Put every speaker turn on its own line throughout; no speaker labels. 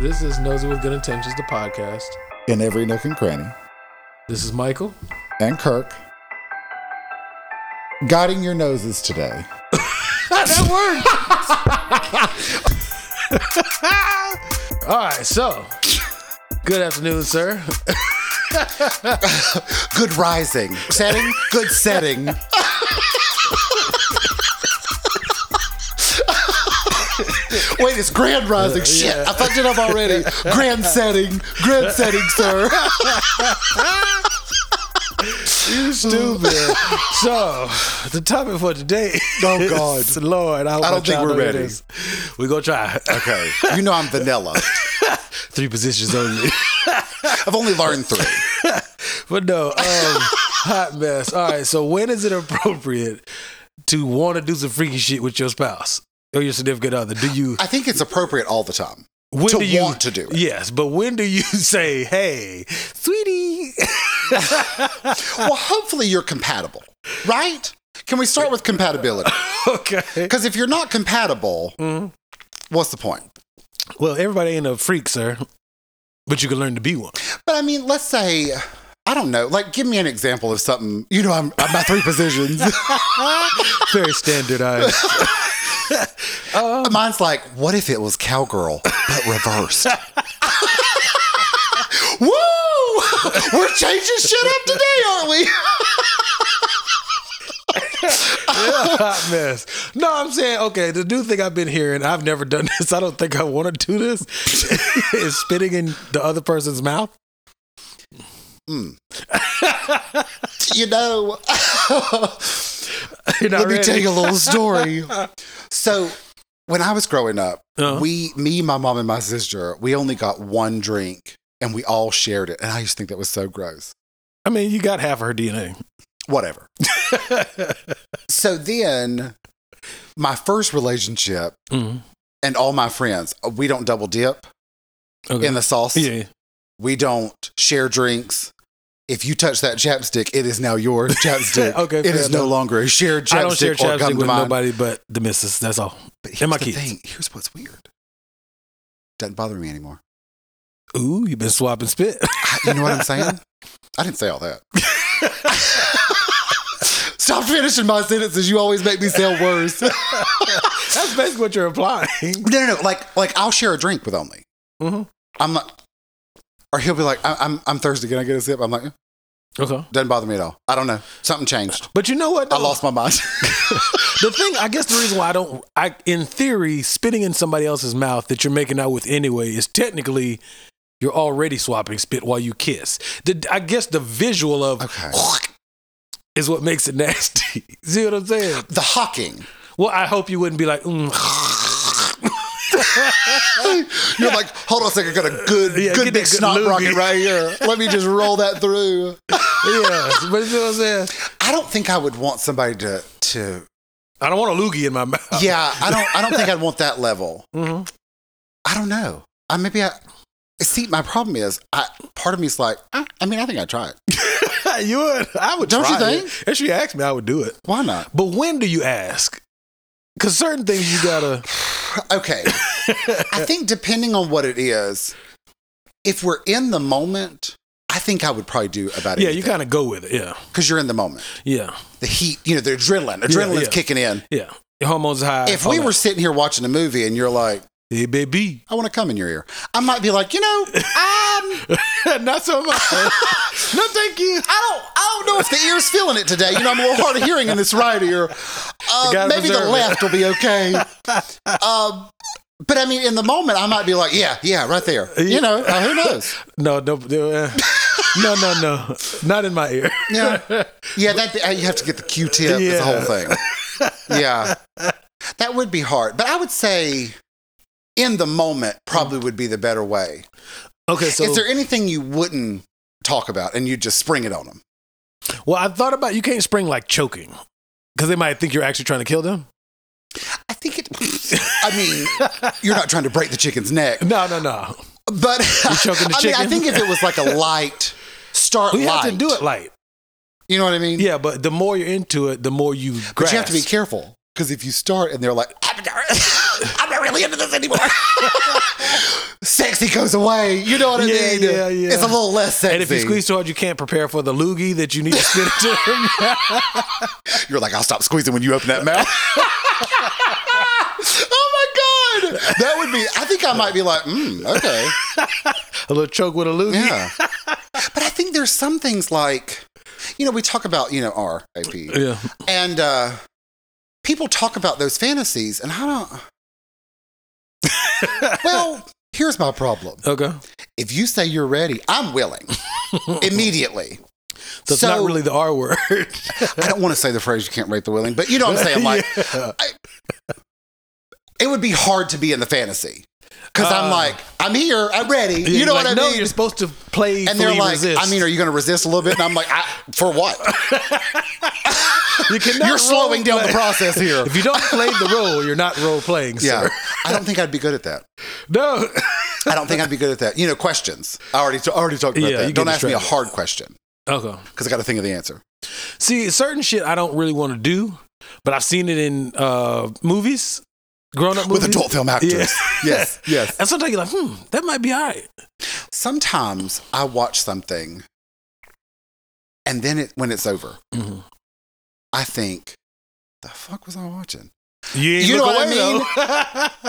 This is Nosy with Good Intentions, the podcast.
in every nook and cranny,
This is Michael.
and Kirk guiding your noses today.
All right, so good afternoon, sir.
Good rising. Setting, good setting. Wait, it's grand rising. Shit, I fucked it up already. Grand setting, grand setting, sir.
You stupid. so the topic for today.
Oh,
is-
God.
Lord, I,
don't think we're ready.
We're gonna try
Okay, you know I'm vanilla.
three positions only,
I've only learned three.
but no, um, hot mess. All right, so when is it appropriate to want to do some freaky shit with your spouse or your significant other? Do you?
I think it's appropriate all the time.
when
to
do you
want to do it.
Yes, but when do you say, "Hey, sweetie"?
Well, hopefully you're compatible, right? Can we start with compatibility?
okay.
Because if you're not compatible, what's the point?
Well, everybody ain't a freak, sir, but you can learn to be one.
But I mean, let's say, I don't know, like give me an example of something. You know, I'm, I'm my three positions.
Very standardized.
Mine's like, what if it was cowgirl, but reversed? Woo! We're changing shit up today, aren't we?
hot Ah, mess. No, I'm saying, okay, the new thing I've been hearing, I've never done this. I don't think I want to do this, is spitting in the other person's mouth.
Hmm. You know,
You're not
let me
ready.
tell you a little story. So, when I was growing up,
Uh-huh.
we, me, my mom, and my sister, we only got one drink and we all shared it. And I used to think that was so gross.
I mean, you got half of her DNA.
whatever. so then, my first relationship
Mhm.
and all my friends, we don't double dip
Okay.
in the sauce.
yeah.
We don't share drinks. If you touch that chapstick, it is now your chapstick.
Okay,
it
fair
is no
enough.
longer a shared chapstick
I don't share
or gum
chapstick
to
with
mine.
nobody but the missus. That's all.
But here's
and my
the
kids.
thing. Here's what's weird. Doesn't bother me anymore.
Ooh, you've been swapping spit.
I- You know what I'm saying? I didn't say all that. Stop finishing my sentences. You always make me sound worse.
That's basically what you're implying.
No, no, no. Like, like I'll share a drink with only. Mm-hmm.
Mhm.
I'm like, or he'll be like, I- I'm, I'm thirsty. Can I get a sip? I'm like,
Okay.
doesn't bother me at all. I don't know. Something changed.
But you know what?
I
though?
lost my mind.
the thing i guess the reason why i don't i in theory spitting in somebody else's mouth that you're making out with anyway is technically you're already swapping spit while you kiss the, i guess the visual of
Okay.
is what makes it nasty see what i'm saying
the hawking.
well i hope you wouldn't be like mm,
You're like, hold on a second. I got a good,
Yeah, get that
good big
good
snot
loogie.
rocket right here. Let me just roll that through.
yeah but you see what i'm saying
I don't think I would want somebody to, to.
i don't want a loogie in my mouth
Yeah, I don't. I don't think I'd want that level.
Mhm.
I don't know. I maybe I. See, my problem is, I part of me is like, I, I mean, I think I would try it.
you would i would
Don't you
try it. if she asked me i would do it
Why not?
but when do you ask because certain things you gotta
Okay. I think depending on what it is, if we're in the moment, I think I would probably do about
yeah
it
you kind of go with it yeah
because you're in the moment.
yeah
The heat, you know, the adrenaline, adrenaline's
yeah.
kicking in.
Yeah. Your hormones high.
If we
all
were
that.
sitting here watching a movie and you're like,
hey baby,
I want to come in your ear, I might be like, you know, um,
not so much. no, thank you.
I don't, I don't know if the ear's feeling it today. You know, I'm a little hard of hearing in this right ear. Uh,
gotta
maybe the
preserve it.
left will be okay. Um, but I mean, in the moment, I might be like, yeah, yeah, right there. You know, uh, who knows?
No, no, no, uh, no, no, no, not in my ear.
Yeah, yeah. That uh, you have to get the Q-tip. Yeah.
Yeah.
The whole thing. Yeah, that would be hard. But I would say, in the moment, probably would be the better way.
Okay, so
Is there anything you wouldn't talk about and you just spring it on them?
well, I thought about you can't spring like choking because they might think you're actually trying to kill them.
I think it. I mean, you're not trying to break the chicken's neck,
No, no, no.
but
choking the
I mean, I
chicken?
think if it was like a light start,
We
light,
have to do it light.
You know what I mean?
Yeah, but the more you're into it, the more you. Grasp.
But you have to be careful Because if you start and they're like, I'm not, I'm not really into this anymore, sexy goes away. You know what I
Yeah,
mean?
yeah, yeah.
It's a little less sexy.
And if you squeeze too hard, you can't prepare for the loogie that you need to spit into the
You're like, I'll stop squeezing when you open that mouth. oh my God. That would be, I think I might be like, mm, okay.
A little choke with a loogie.
Yeah. but I think there's some things like, you know, we talk about, you know, R, A P.
Yeah.
And uh, people talk about those fantasies, and I don't. well, here's my problem.
Okay.
If you say you're ready, I'm willing immediately.
That's
So-
not really the R word.
I don't want to say the phrase you can't rape the willing, but you know what I'm saying? Like, I, it would be hard to be in the fantasy because I'm
Uh.
like, I'm here, I'm ready. You know
Like,
what I
no,
mean?
you're supposed to play
and they're like,
resist.
I mean, are you going to resist a little bit? And I'm like, I, for what?
you cannot
You're slowing down the
role-play.
process here.
If you don't play the role, you're not role playing,
yeah,
sir.
I don't think I'd be good at that.
No.
I don't think I'd be good at that. You know, questions. I already, I already talked about
Yeah, you
that.
get
Don't ask me a
distracted.
hard question
Okay.
because I got to think of the answer.
See, certain shit I don't really want to do, but I've seen it in uh, movies, grown up movies.
With adult film actors.
Yeah.
Yes, yes.
And sometimes you're like, hmm, that might be all right.
Sometimes I watch something and then it, when it's over,
Mhm.
I think, the fuck was I watching?
You, ain't
You
look
know what I
away, though.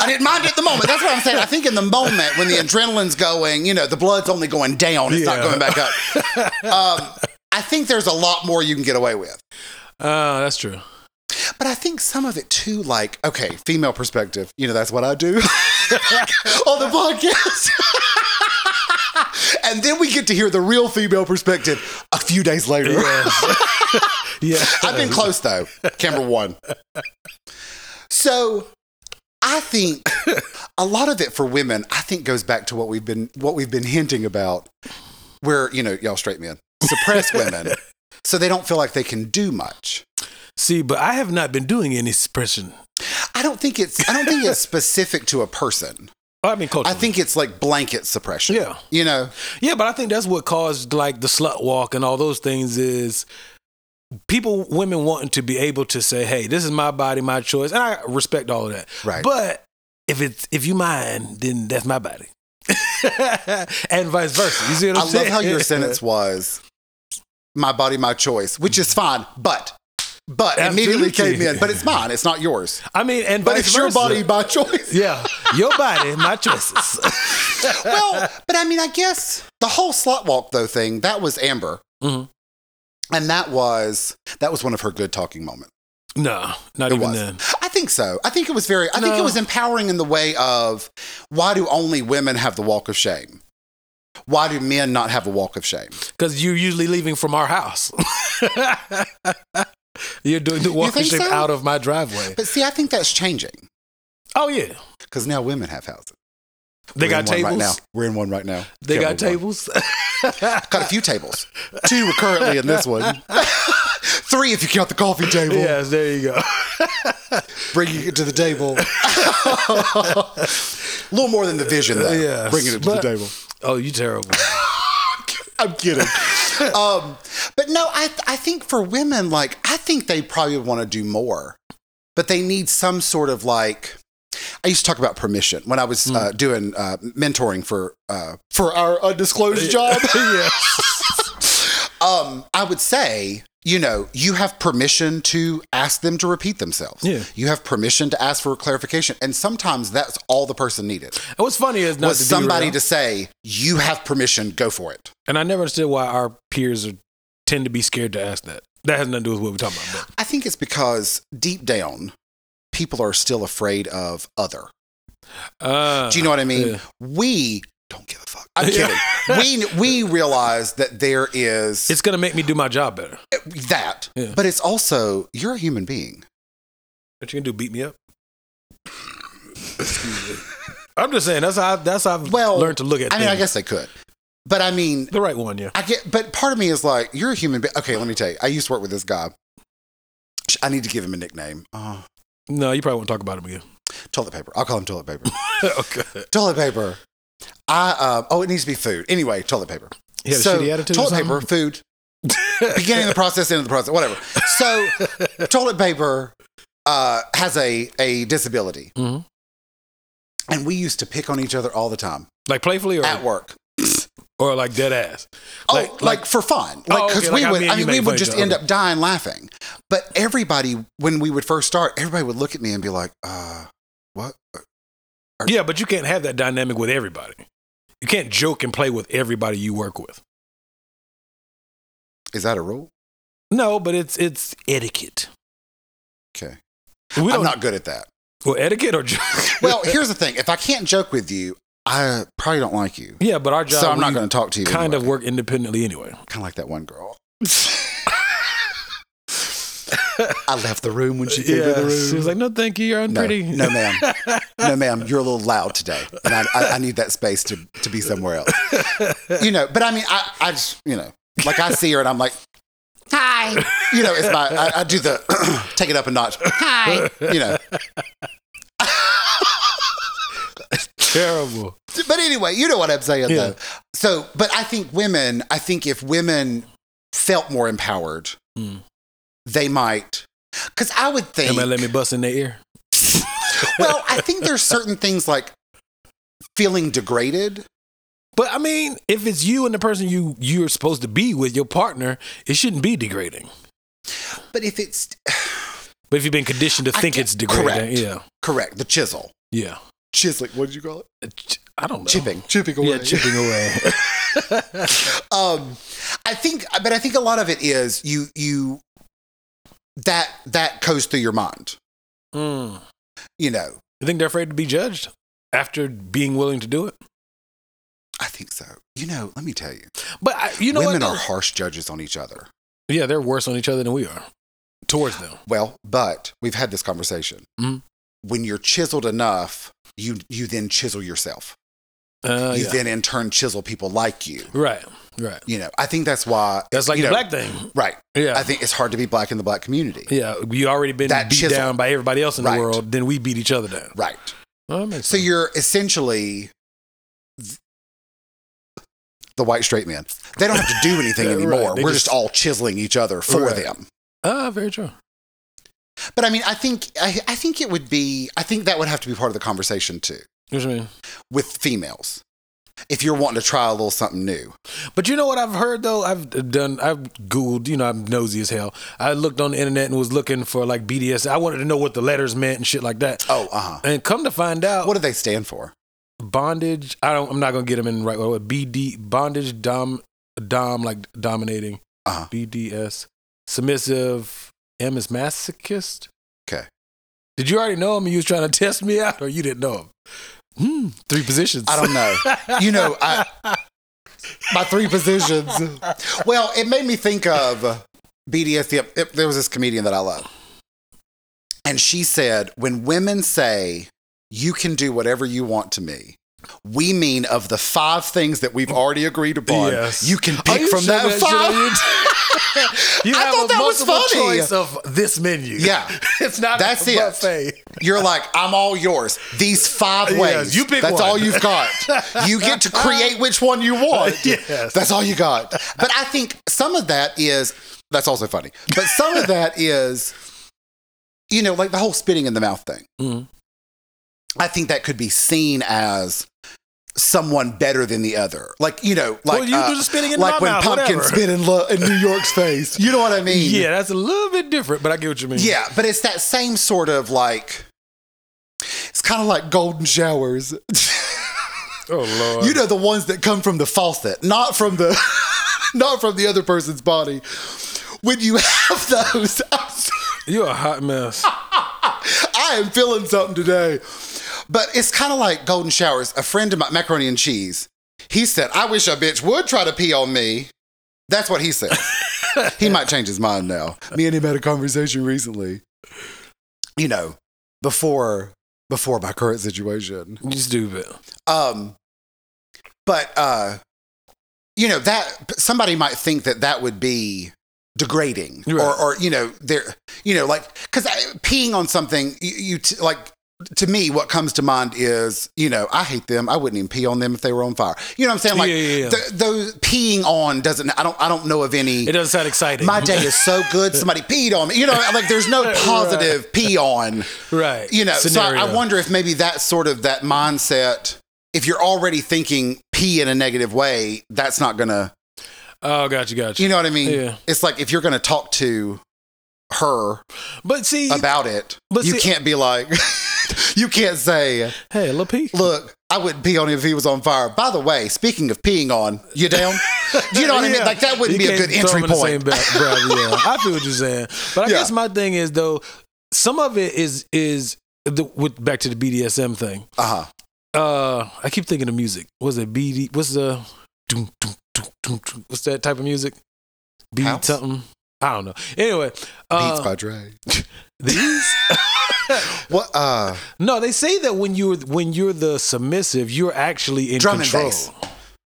I didn't mind it at the moment. That's what I'm saying. I think in the moment when the adrenaline's going, you know, the blood's only going down, it's not
Yeah.
going back up. Um, I think there's a lot more you can get away with.
Uh, that's true.
But I think some of it too, like, okay, female perspective, you know, that's what I do on the podcast. and then we get to hear the real female perspective a few days later.
Yeah.
I've been close though, camera one. So I think a lot of it for women, I think goes back to what we've been what we've been hinting about, where, you know, y'all straight men suppress women so they don't feel like they can do much.
See, but I have not been doing any suppression.
I don't think it's I don't think it's specific to a person.
Oh, I mean, culture.
I think it's like blanket suppression.
Yeah.
You know,
Yeah, but I think that's what caused like the slut walk and all those things is people, women wanting to be able to say, "Hey, this is my body, my choice," and I respect all of that.
Right.
But if it's if you mine, then that's my body, and vice versa. You see what
I
I'm
love
saying?
how your sentence was my body, my choice, which is fine, but but immediately came
Absolutely.
in. But it's mine, it's not yours.
I mean, and
But
vice
it's your
versa.
body, my choice.
Yeah, your body, my choices.
well, but I mean, I guess the whole slot walk though thing, that was Amber.
Mhm.
And that was that was one of her good talking moments.
no, not
It
even
was.
then.
I think so. I think it was very I think it
No.
was empowering in the way of why do only women have the walk of shame? Why do men not have a walk of shame?
Because you're usually leaving from our house. you're doing the walking
think
shape
so?
out of my driveway.
But see, I think that's changing
Oh yeah,
because now women have houses.
they
We're
got
in
tables.
one right now. We're in one right now.
They
Can't
got
move on.
tables.
Got a few tables. Two were currently in this one. Three if you count the coffee table.
yes, there you go.
bringing it to the table. a little more than the vision, though.
Yes,
bringing it to
but-
the table.
Oh, you terrible.
I'm kidding. um, but no, I I think for women, like I think they probably want to do more, but they need some sort of like. I used to talk about permission when I was uh, doing uh, mentoring for uh, for our undisclosed job.
yeah.
um, I would say, you know, you have permission to ask them to repeat themselves.
Yeah.
You have permission to ask for clarification. And sometimes that's all the person needed
And what's funny is not
was
to
somebody
derail,
to say, you have permission, go for it.
and I never understood why our peers are, tend to be scared to ask that. That has nothing to do with what we're talking about.
I think it's because deep down, people are still afraid of other.
But, uh,
Do you know what I mean?
yeah.
We don't give a fuck. I'm
Yeah.
kidding. we, we realize that there is
It's gonna make me do my job better.
that,
Yeah.
but it's also, you're a human being.
What you gonna do? Beat me up? I'm just saying that's how I, that's how I've
Well,
learned to look at.
I mean, I
things.
guess they could. But I mean,
the right one. Yeah.
I get, but part of me is like, you're a human being. Okay, let me tell you. I used to work with this guy. Sh- I need to give him a nickname. Oh,
No, you probably won't talk about him again.
toilet paper. I'll call him toilet paper.
okay.
toilet paper. I uh, oh, it needs to be food. Anyway, toilet paper.
He had a shitty attitude. or
toilet
something?
paper, food. Beginning of the process, end of the process, whatever. So toilet paper. uh, has a a disability,
Mhm.
and we used to pick on each other all the time
Like playfully or,
at work.
or like dead ass.
oh, like, for fun,
Oh,
like because
okay,
we
like, I
would.
mean,
I
you
mean,
made
we
fun
would
of
just
each
end
other.
up dying laughing. But everybody, when we would first start, everybody would look at me and be like, uh, "What?
yeah, but you can't have that dynamic with everybody. You can't joke and play with everybody you work with.
Is that a rule?"
No, but it's it's etiquette.
Okay,
We don't
I'm not good at that.
well etiquette or joke.
Well, here's the thing: if I can't joke with you, I probably don't like you.
yeah, but our job
So I'm not
we
going to talk to you.
kind of work independently anyway.
kind of like that one girl. I left the room when she came to the room.
she was like, "No, thank you. You're
no,
unpretty."
no, ma'am. No, ma'am. You're a little loud today. And I, I, I need that space to, to be somewhere else. You know, but I mean, I, I just, you know, like I see her and I'm like, hi. You know, it's my, I, I do the take it up a notch. Hi. You know,
Terrible.
but anyway, you know what I'm saying
Yeah.
though. So, but I think women, I think if women felt more empowered,
Mm.
they might. Because I would think.
Am I let me bust in their ear?
well, I think there's certain things like feeling degraded.
But I mean, if it's you and the person you you're supposed to be with, your partner, it shouldn't be degrading.
But if it's
But if you've been conditioned to
I
think
get-
it's degrading,
correct.
yeah,
correct, the chisel,
yeah,
chiseling. What did you call it?
Ch- I don't know.
Chipping, chipping away.
yeah, chipping away.
um, I think, but I think a lot of it is you you that that goes through your mind.
Mm.
You know,
You think they're afraid to be judged after being willing to do it?
I think so. You know, let me tell you,
But I, you know,
women
what?
are harsh judges on each other.
yeah, they're worse on each other than we are towards them.
Well, but we've had this conversation.
Mhm.
When you're chiseled enough, you you then chisel yourself.
Uh,
you
yeah.
then in turn chisel people like you.
right, right.
You know, I think that's why
That's like
you
the
know,
black thing.
Right.
Yeah,
I think it's hard to be black in the black community.
yeah. We already been
That
beat
chisel.
down by everybody else in the
Right.
world. Then we beat each other down.
Right.
Well, that makes
So
sense.
you're essentially th- the white straight man. They don't have to do anything
Yeah, right.
anymore.
They
We're
just-
just, all chiseling each other for
Right.
them.
ah, very true.
But I mean, I think I, I think it would be I think that would have to be part of the conversation too
What you mean?
with females. If you're wanting to try a little something new.
But you know what I've heard though? I've done, I've Googled, you know, I'm nosy as hell. I looked on the internet and was looking for like BDS. I wanted to know what the letters meant and shit like that.
Oh, uh-huh.
And come to find out,
What do they stand for?
bondage, I don't, I'm not going to get them in the right order. BD, bondage, dom, dom, like dominating,
Uh-huh.
BDS, submissive, M is masochist.
Okay.
Did you already know him? and You was trying to test me out or you didn't know him? Hmm, three positions.
I don't know. you know, I, my three positions. Well, it made me think of BDSM. It- There was this comedian that I love. And she said, when women say, you can do whatever you want to me, we mean of the five things that we've already agreed upon,
Yes.
you can
Are
pick
you
from
sure
that
that's your-
five.
You
I
have
thought
a
that was
multiple
funny.
choice of this menu.
Yeah.
it's not
That's
a
it.
buffet.
You're like, I'm all yours. These five
Yes,
ways.
you pick
That's
one.
all you've got. you get to create which one you want.
Yes.
That's all you got. But I think some of that is, that's also funny. But some of that is, you know, like the whole spitting in the mouth thing.
Mhm.
I think that could be seen as someone better than the other. Like, you know, like,
well, you
uh,
do the spitting in
like
my
when
mouth,
pumpkin
whatever.
spit in, lo- in New York's face. You know what I mean?
Yeah, that's a little bit different, but I get what you mean.
Yeah, but it's that same sort of like. It's kind of like golden showers.
Oh lord.
you know the ones that come from the faucet, not from the not from the other person's body. When you have those, I'm sorry,
You're a hot mess.
I am feeling something today. But it's kind of like golden showers. A friend of my macaroni and cheese, he said, "I wish a bitch would try to pee on me." That's what he said. he might change his mind now. Me and him had a conversation recently. You know, before before my current situation.
you stupid.
Um, but uh, you know that somebody might think that that would be degrading,
Right.
or or you know they're you know like because peeing on something you, you t- like to me, what comes to mind is, you know, I hate them. I wouldn't even pee on them if they were on fire. You know what I'm saying? Like
Yeah, yeah, yeah.
th- those peeing on doesn't. I don't. I don't know of any.
It doesn't sound exciting.
My day is so good. Somebody peed on me. You know, like there's no positive pee on.
right.
You know, so I- I
Scenario.
wonder if maybe that's sort of that mindset. If you're already thinking pee in a negative way, that's not gonna.
Oh, gotcha, gotcha.
You know what I mean?
Yeah.
It's like if you're gonna talk to her
but see,
about it,
But
you
see-
can't be like, you can't say,
hey, Lil Peep.
look, I wouldn't pee on him if he was on fire. By the way, speaking of peeing on, you down? you know what I mean?
Yeah.
Like that wouldn't
You
be a
can't
good
throw
entry
them in the
point.
same ba- breath, yeah. I feel what you're saying, but I
Yeah.
guess my thing is though, some of it is is the, with back to the BDSM thing.
Uh huh.
Uh, I keep thinking of music. What's that BD? What's the doom, doom, doom, doom, doom. what's that type of music? Beat
House?
something. I don't know. Anyway, uh,
Beats by Dre.
these.
What? Uh,
No, they say that when you're when you're the submissive, you're actually in
Drum and
control.
bass.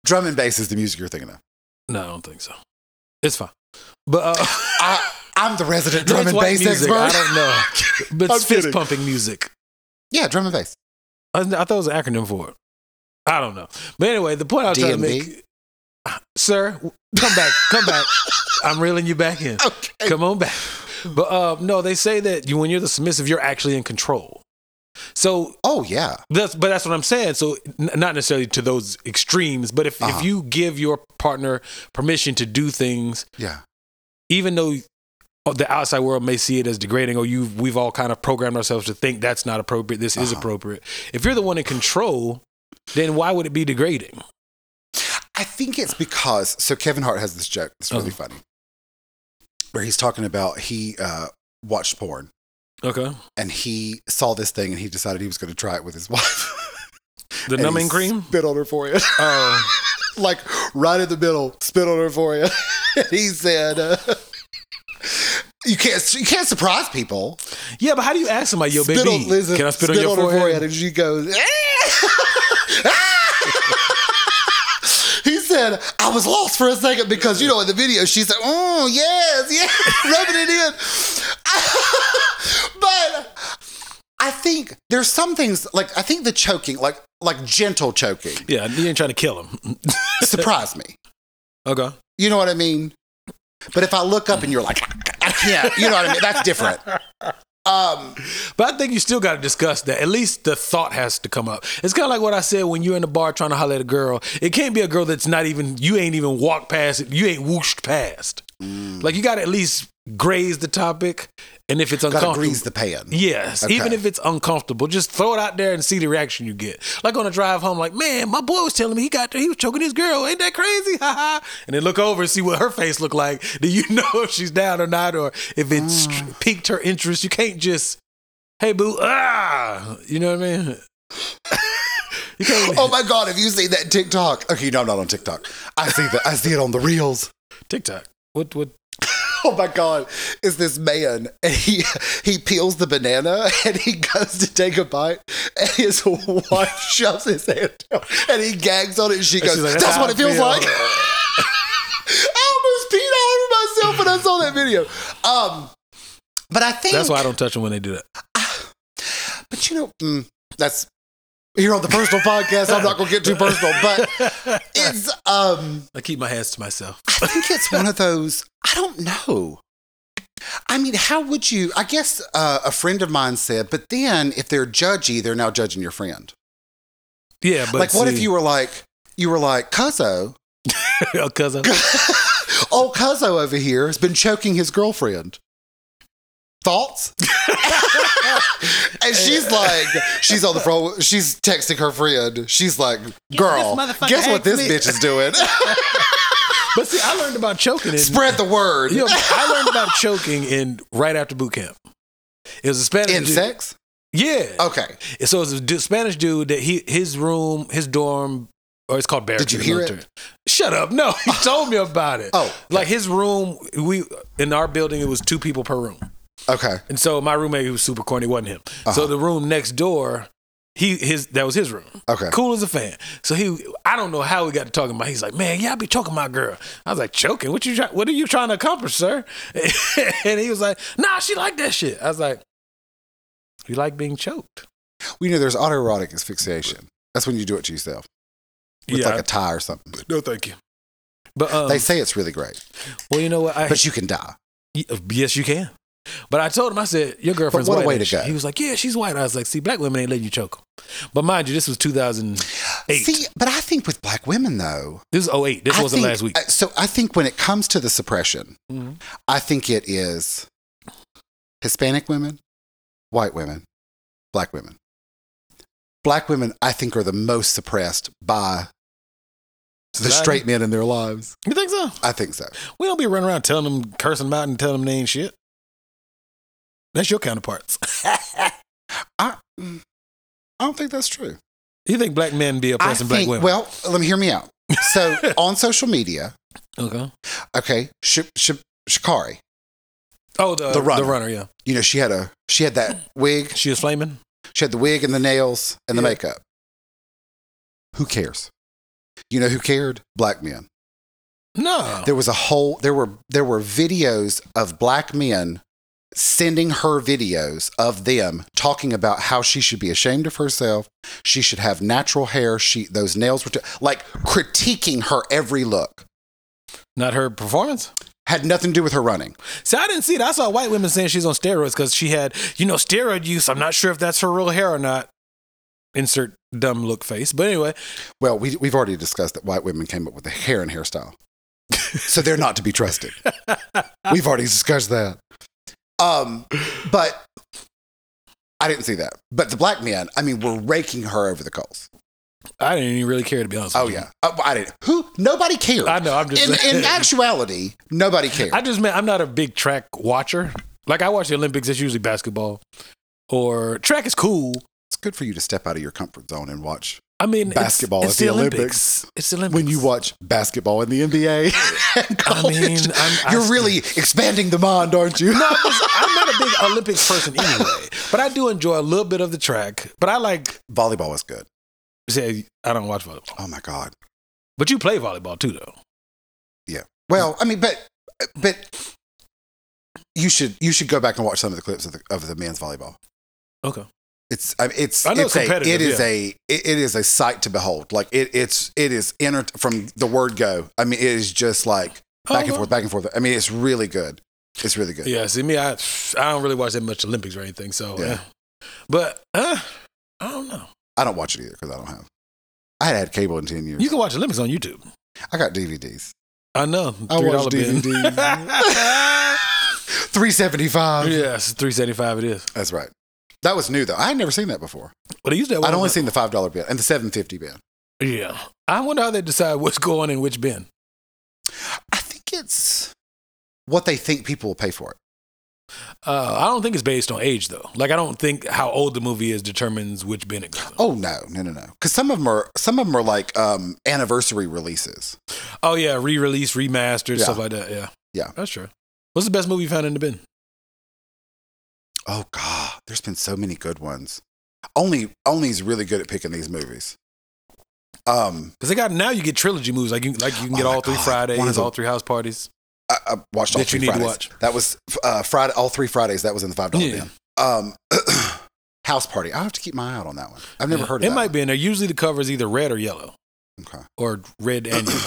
drum and bass is the music you're thinking of.
No, I don't think so. It's fine, but uh,
I, I'm the resident drum
that's
and
white
bass
music. I
expert.
don't know, but
I'm
it's fist
kidding.
pumping music.
Yeah, drum and bass.
I, I thought it was an acronym for it. I don't know. But anyway, the point I was trying to
DMV?
make, sir, come back, come back. I'm reeling you back in.
Okay.
Come on back. But uh, no, they say that you, when you're the submissive, you're actually in control. So
Oh yeah.
that's, but that's what I'm saying. So n- not necessarily to those extremes, but if
Uh-huh.
if you give your partner permission to do things,
Yeah.
even though uh, the outside world may see it as degrading, or you we've all kind of programmed ourselves to think that's not appropriate, this is
Uh-huh.
appropriate. If you're the one in control, then why would it be degrading?
I think it's because so Kevin Hart has this joke. It's really
Oh.
funny, where he's talking about he uh, watched porn
Okay.
and he saw this thing and he decided he was going to try it with his wife.
The
And he
numbing cream?
Spit on her forehead.
Oh.
like right in the middle, spit on her forehead. he said, uh, "You can't, you can't surprise people."
yeah, but how do you ask somebody, yo,
spit
baby?
on Liz,
can I spit, on your
her
forehead?
and she goes. "Ah!" He said, I was lost for a second because, you know, in the video, she said, Oh, yes, yes, rubbing it in. but I think there's some things, like, I think the choking, like, like gentle choking,
Yeah, you ain't trying to kill him.
surprised me.
okay.
You know what I mean? But if I look up and you're like, I can't, you know what I mean? That's different. Um,
But I think you still got to discuss that. At least the thought has to come up. It's kind of like what I said when you're in the bar trying to holler at a girl. It can't be a girl that's not even, you ain't even walked past it. You ain't whooshed past.
Mm.
Like you got to at least graze the topic. And if it's
gotta
uncomfortable.
grease the pan.
Yes,
Okay.
even if it's uncomfortable, just throw it out there and see the reaction you get. Like on a drive home, like man, my boy was telling me he got there, he was choking his girl. Ain't that crazy? Ha ha! And then look over and see what her face looked like. Do you know if she's down or not, or if
Mm.
it str- piqued her interest? You can't just, hey boo, ah, you know what I mean? you can't.
Oh my god, have you seen that TikTok? Okay, no, I'm not on TikTok. I see that I see it on the reels.
TikTok. What? What?
Oh my god, it's this man and he he peels the banana and he goes to take a bite and his wife shoves his hand down and he gags on it and she goes,
she's like,
That's,
"That's how
what
I
it feels
feel."
like. I almost peed all over myself when I saw that video. Um but I think
That's why I don't touch them when they do that.
but you know, mm, that's here on the personal podcast. I'm not gonna get too personal, but it's um
I keep my hands to myself.
I think it's one of those. I don't know. I mean, how would you? I guess uh, a friend of mine said, but then if they're judgy, they're now judging your friend.
Yeah, but
like, what if
see-
you were like, you were like, Cuzzo,
Oh, cousin?
old Cuzzo over here has been choking his girlfriend. Thoughts? and she's like, she's on the phone. She's texting her friend. She's like, girl,
this motherfucker
guess what
asked
this
me."
bitch is doing?
But see, I learned about choking in
Spread the word.
You know, I learned about choking in right after boot camp. It was a Spanish
In
dude-
sex? Oh.
Yeah.
Okay.
And So it was a du- Spanish dude that he his room his dorm or it's called barracks.
Did you
in the
hear it?
military. Shut up! No, he told me about it.
Oh.
like his room. We in our building it was two people per room.
Okay.
And so my roommate, who was super corny, wasn't him.
Uh-huh.
So the room next door, he his that was his room.
Okay.
Cool as a fan. So he, I don't know how we got to talking about. He's like, man, yeah, I be choking my girl. I was like, choking? What you? Try, what are you trying to accomplish, sir? and he was like, nah, she like that shit. I was like, you like being choked?
Well, you know, there's autoerotic asphyxiation. That's when you do it to yourself with
yeah.
like a tie or something.
no, thank you. But um,
they say it's really great,
well, you know what? I,
but you can die.
Y- Yes, you can. But I told him, I said, your girlfriend's
what a
white.
way
ain't
to
she?
go.
He was like, yeah, she's white. I was like, see, black women ain't letting you choke 'em." But mind you, this was 2008.
See, but I think with black women though,
this is 08. This
I
wasn't
think-
last week.
uh, So I think when it comes to the suppression,
Mhm.
I think it is Hispanic women, white women, black women. Black women, I think, are the most suppressed by the
Society?
straight men in their lives.
You think so?
I think so.
We don't be running around telling them, cursing them out and telling them they ain't shit. That's your counterparts.
I, mm, I don't think that's true.
you think black men be
I
oppressing black
think,
women?
well, let me hear me out. So on social media,
okay.
okay, Sh- Sh- Shikari,
Oh, the,
The runner.
the runner, yeah.
you know, she had a she had that wig,
She was flaming.
she had the wig and the nails and the
Yeah.
makeup. Who cares? You know who cared? Black men.
No.
There was a whole there were there were videos of black men sending her videos of them talking about how she should be ashamed of herself, she should have natural hair, she those nails were t- like critiquing her every look.
Not her performance?
Had nothing to do with her running.
See, I didn't see it. I saw white women saying she's on steroids because she had, you know, steroid use. I'm not sure if that's her real hair or not. Insert dumb look face. But anyway,
Well, we, we've already discussed that white women came up with the hair and hairstyle. so they're not to be trusted. we've already discussed that. Um, but I didn't see that. But the black men, I mean, were raking her over the coals.
I didn't even really care to be honest.
Oh,
with you.
yeah. Oh, I didn't. Who? Nobody cared.
I know. I'm just.
In, in actuality, nobody cared.
I just meant I'm not a big track watcher. Like I watch the Olympics. It's usually basketball or track is cool.
it's good for you to step out of your comfort zone and watch.
I mean, it's-
Basketball
It's,
at the
the Olympics.
Olympics.
It's the Olympics.
When you watch basketball in the NBA, and
I
college,
mean, I'm, I
you're really expanding the mind, aren't you?
No, I'm, just- I'm not a big Olympics person anyway. But I do enjoy a little bit of the track. But I like
Volleyball was good.
say I don't watch volleyball.
Oh, my God.
But you play volleyball too, though.
Well, I mean, but but you should you should go back and watch some of the clips of the of the men's volleyball.
Okay.
It's I mean, it's
I know it's
a,
competitive,
it is
yeah.
a it, it is a sight to behold. Like it it's it is enter- from the word go. I mean, it is just like back and
Okay.
forth, back and forth. I mean, it's really good. It's really good.
Oh, Yeah, see me, I I don't really watch that much Olympics or anything. So,
Yeah.
yeah. but uh, I don't know.
I don't watch it either because I don't have. I had had cable in ten years.
You can watch Olympics on YouTube.
I got DVDs.
I know.
I watch
bin.
DVDs. Three seventy five.
yes, three seventy five. It is.
That's right. That was new though. I had never seen that before.
But I used that.
I'd
one-
only seen the five dollar bin and the seven fifty bin.
Yeah, I wonder how they decide what's going in which bin.
I think it's what they think people will pay for it.
Uh, I don't think it's based on age though. Like I don't think how old the movie is determines which bin it goes. In.
Oh no, no, no, no. Because some of them are some of them are like um, anniversary releases.
Oh yeah, re-release, remastered,
Yeah.
stuff like that. Yeah,
Yeah.
that's true. What's the best movie you found in the bin?
Oh god, there's been so many good ones. Only Only's really good at picking these movies. Um,
Because they got now you get trilogy movies. Like you like you can
Oh
get
my
all three
God,
Fridays,
one of the-
all three house parties.
I, I watched all
That
three
you need to
Fridays.
watch.
That was uh, Friday, all three Fridays. That was in the five dollar
Yeah.
bin. Um, House Party. I have to keep my eye out on that one. I've never
Yeah.
heard of
it
that
might be in there. Usually the cover is either red or yellow
one. Okay.
or red and yellow.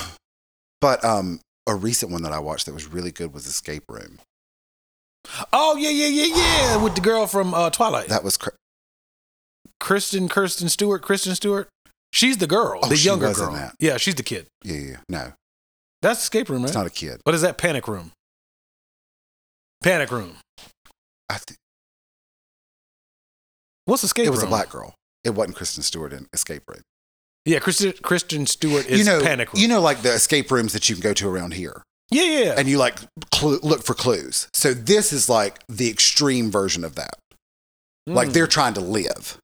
But um, a recent one that I watched that was really good was Escape Room.
Oh yeah, yeah, yeah, yeah. With the girl from uh, Twilight,
That was cr-
Kristen, Kirsten Stewart, Kristen Stewart. She's the girl,
Oh,
the
she
younger
was in
girl.
that.
Yeah, she's the kid.
yeah, yeah, yeah. No,
That's escape room,
it's
right?
not a kid.
what is that? Panic room. Panic room.
I th-
What's escape
it was
room?
a black girl. It wasn't Kristen Stewart in Escape Room.
Yeah, Kristen Kristen Stewart is
you know,
panic room.
you know, like the escape rooms that you can go to around here,
yeah, yeah.
and you like clu look for clues. So this is like the extreme version of that. Like they're
Hmm.
trying to live.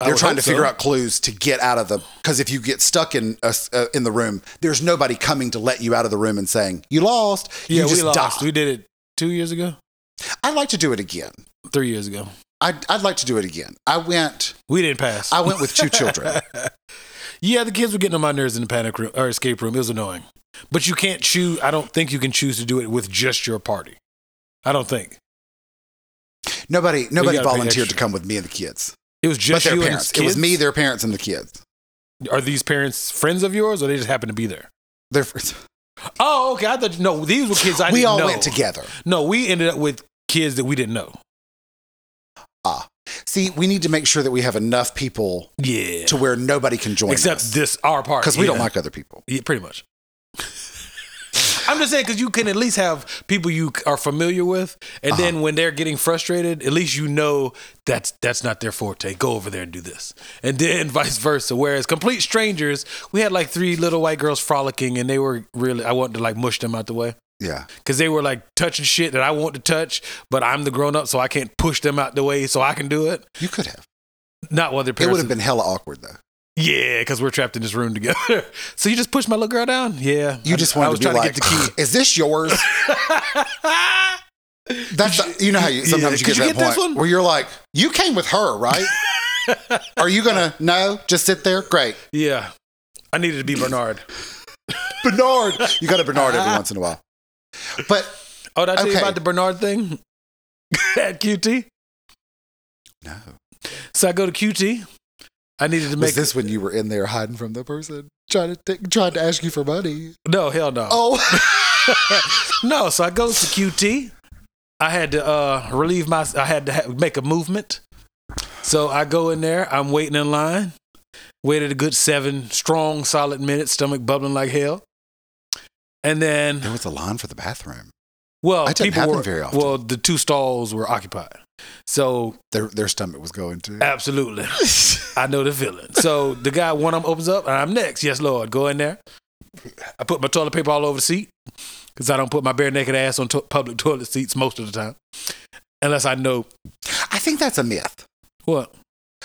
They're trying to figure out clues to get out of the. Because if you get stuck in a s- uh, in the room, there's nobody coming to let you out of the room and saying you lost.
Yeah,
you
we
just
lost.
die.
We did it two years ago,
I'd like to do it again.
three years ago.
I'd, I'd like to do it again. I went.
We didn't pass.
I went with two children.
yeah, the kids were getting on my nerves in the panic room or escape room. It was annoying. But you can't choose. I don't think you can choose to do it with just your party. I don't think.
Nobody nobody
gotta pay
volunteered to
extra.
come with me and the kids.
It was
but
just
their
you
parents.
and his
It was
kids?
me, their parents, and the kids.
Are these parents friends of yours, or they just happen to be there?
Their friends.
Oh, okay. I thought no, these were kids I
we
didn't
all
know.
went together.
No, we ended up with kids that we didn't know.
See, we need to make sure that we have enough people
Yeah,
to where nobody can join
except this our part
because we don't
yeah.
like other people.
Yeah, pretty much. I'm just saying because you can at least have people you c- are familiar with, and then
Uh-huh.
when they're getting frustrated, at least you know that's that's not their forte. Go over there and do this, and then vice versa. Whereas complete strangers, we had like three little white girls frolicking, and they were really I wanted to like mush them out the way
Yeah,
because they were like touching shit that I want to touch, but I'm the grown up, so I can't push them out the way so I can do it.
you could have.
Not while their
It would
parents.
have been hella awkward though.
yeah, because we're trapped in this room together. so you just pushed my little girl down. Yeah,
You
I-
just
I
wanted
was
to be
trying
like,
to get the key.
"Is this yours?" That's the- you know how you, sometimes
Yeah,
you get
could
to
you
that
get this
point
one?
where you're like, "You came with her, right? Are you gonna no? Just sit there. Great,
yeah, I needed to be Bernard.
Bernard. You got a Bernard every once in a while, but
Oh, did I tell you
Okay.
about the Bernard thing at QT?
no.
So I go to QT. I needed to
Was
make
this when you were in there hiding from the person trying to take, trying to ask you for money?
No, hell no.
Oh,
No, so I go to QT. I had to uh, relieve my. I had to ha- make a movement. So I go in there. I'm waiting in line. Waited a good seven strong, solid minutes. Stomach bubbling like hell. And then,
there was a line for the bathroom.
well,
That doesn't
people
happen
were
very often.
well. The two stalls were occupied. So
Their their stomach was going to.
Absolutely. I know the feeling. So the guy, one of them opens up, and I'm next. Yes, Lord. Go in there. I put my toilet paper all over the seat because I don't put my bare naked ass on to- public toilet seats most of the time. Unless I know
I think that's a myth
what.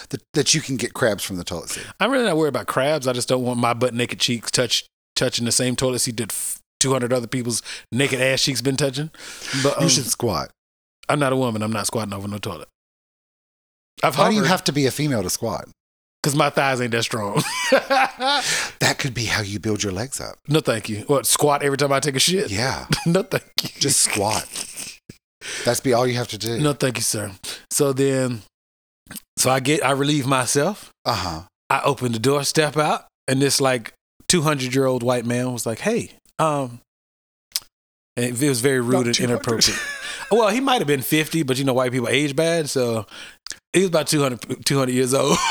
that, that you can get crabs from the toilet seat.
I'm really not worried about crabs. I just don't want my butt naked cheeks touch touching the same toilet seat that f- 200 other people's naked ass cheeks been touching. But um,
you should squat.
I'm not a woman. I'm not squatting over no toilet. I've
Why do you
hovered
have to be a female to squat?
because my thighs ain't that strong.
That could be how you build your legs up.
no, thank you. What squat every time I take a shit?
Yeah,
no, thank you.
just squat. That's be all you have to do.
No, thank you, sir. So then, so I get, I relieve myself.
Uh huh.
I open the door, step out, and this like 200 year old white man was like, hey, um, and it was very rude and
200.
inappropriate. well, he might have been 50, but you know, white people age bad. So he was about 200, 200 years old.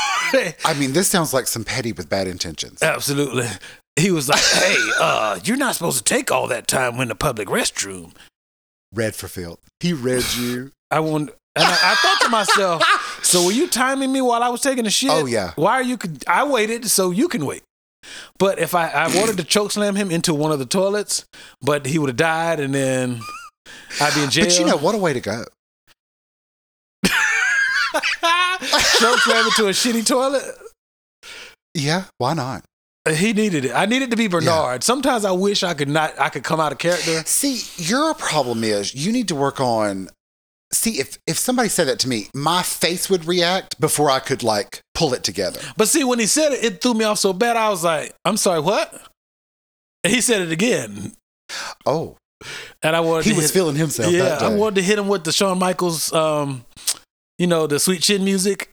I mean, this sounds like some petty with bad intentions.
Uh, Absolutely. He was like, hey, uh, you're not supposed to take all that time in the public restroom.
Read for filth. He read you.
I won't. And I, I thought to myself, so were you timing me while I was taking a shit?
Oh, yeah.
Why are you? I waited so you can wait. But if I, I wanted to choke slam him into one of the toilets, but he would have died, and then I'd be in jail.
But you know what a way to go.
choke slam into a shitty toilet.
Yeah, why not?
He needed it. I needed to be Bernard. Sometimes I wish I could not. I could come out of character.
See, your problem is you need to work on. See, if if somebody said that to me, my face would react before I could like pull it together.
But see, when he said it, it threw me off so bad. I was like, "I'm sorry, what?" And he said it again,
Oh,
and I wanted.
he
to
was
hit-
feeling himself.
Yeah,
that
I
day.
wanted to hit him with the Shawn Michaels, um, you know, the sweet chin music.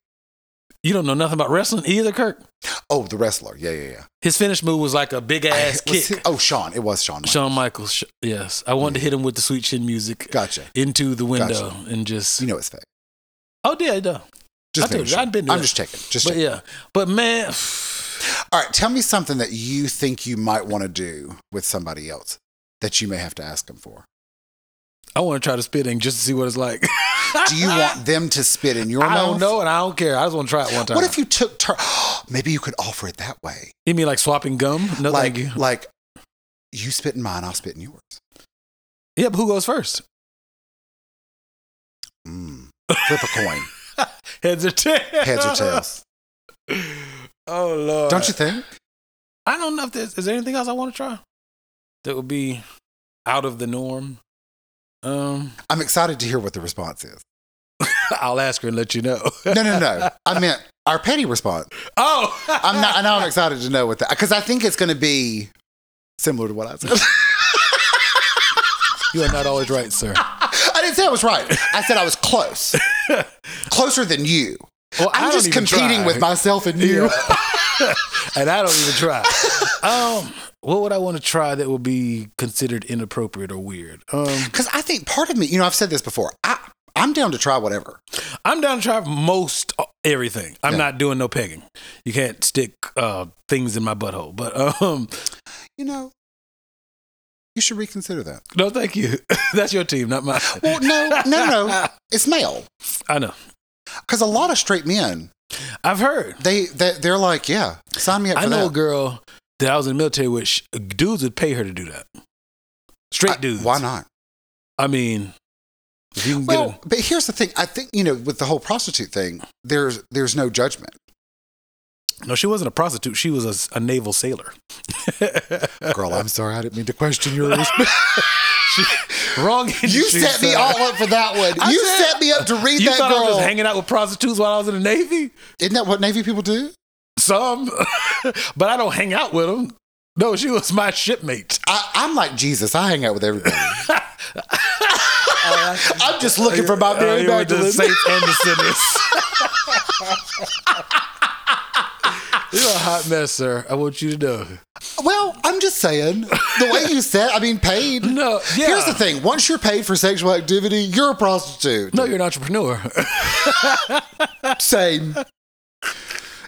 You don't know nothing about wrestling either, Kirk.
Oh, the wrestler. Yeah, yeah, yeah.
His finish move was like a big ass
I- was
kick.
it- oh, Sean. It was Sean. Michaels.
Shawn Michaels, sh- yes. I wanted to hit him with the sweet chin music
Gotcha.
into the window
Gotcha.
and just.
You know it's fake.
Oh, yeah, no.
Just
I told
making
you,
sure.
I'd been to
I'm
that.
just checking. Just
But
checking.
yeah. But man,
All right. Tell me something that you think you might want to do with somebody else that you may have to ask them for.
I want to try the spitting just to see what it's like.
Do you want them to spit in your
I
mouth?
don't know and I don't care. I just want to try it one time.
What if you took turn? Maybe you could offer it that way.
you mean like swapping gum? No,
like,
thank you.
like you spit in mine, I'll spit in yours.
Yeah, but who goes first?
Mm. Flip a coin,
Heads or tails?
heads or tails.
Oh, Lord.
Don't you think?
I don't know if there's is there anything else I want to try that would be out of the norm. Um,
I'm excited to hear what the response is.
I'll ask her and let you know.
No, no, no. I meant our petty response.
oh,
I'm not. I know I'm excited to know what that because I think it's going to be similar to what I said.
you are not always right, sir.
I didn't say I was right. I said I was close, closer than you.
Well, I
I'm
don't
just
even
competing
try.
with myself and you.
and I don't even try. Um, what would I want to try that would be considered inappropriate or weird? Um,
Because I think part of me, you know, I've said this before. I I'm down to try whatever.
I'm down to try most uh, everything. I'm
Yeah.
not doing no pegging. You can't stick uh, things in my butthole. But um,
You know, you should reconsider that.
no, thank you. That's your team, not mine.
Well, no, no, no. It's male.
I know.
Because a lot of straight men,
I've heard.
they, they they're like, yeah, sign me up
I
for
know a
that.
girl that I was in the military with. Sh- dudes would pay her to do that. Straight
I-
dudes.
Why not?
I mean, if you can get
Well,
a,
but here's the thing. I think you know, with the whole prostitute thing, there's there's no judgment,
no, she wasn't a prostitute. She was a s- a, naval sailor.
girl. I'm sorry, I didn't mean to question your. resp-
Wrong.
you
industry,
set me
sir.
all up for that one.
I
you
said-
set me up to read
You
that
thought I was
girl.
just hanging out with prostitutes while I was in the Navy?
Isn't that what Navy people do?
Some, but I don't hang out with them. No, she was my shipmate.
I, I'm like Jesus. I hang out with everybody.
Oh,
I'm just looking for my
Uh,
Mary
you were the
Magdalene.
saints and the sinners. You're a hot mess, sir. I want you to know.
Well, I'm just saying the way you said. I mean, paid.
No, yeah.
Here's the thing. Once you're paid for sexual activity, you're a prostitute.
No, you're an entrepreneur.
Same.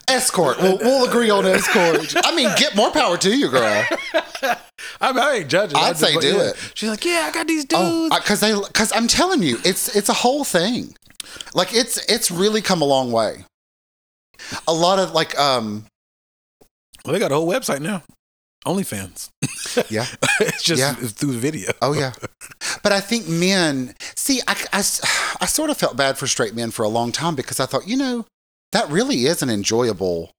Escort. We'll, we'll agree on escort. I mean, get more power to you, girl.
I, mean, I ain't judging. I
I'd
just-
say
but
do
yeah.
it.
She's like, yeah, I got these dudes.
Oh, because they because I'm telling you, it's it's a whole thing. Like it's it's really come a long way. A lot of like um
well, they got a whole website now. OnlyFans.
yeah
it's just
Yeah.
it's through video.
oh yeah, but I think men see I, I s- I sort of felt bad for straight men for a long time because I thought you know that really is an enjoyable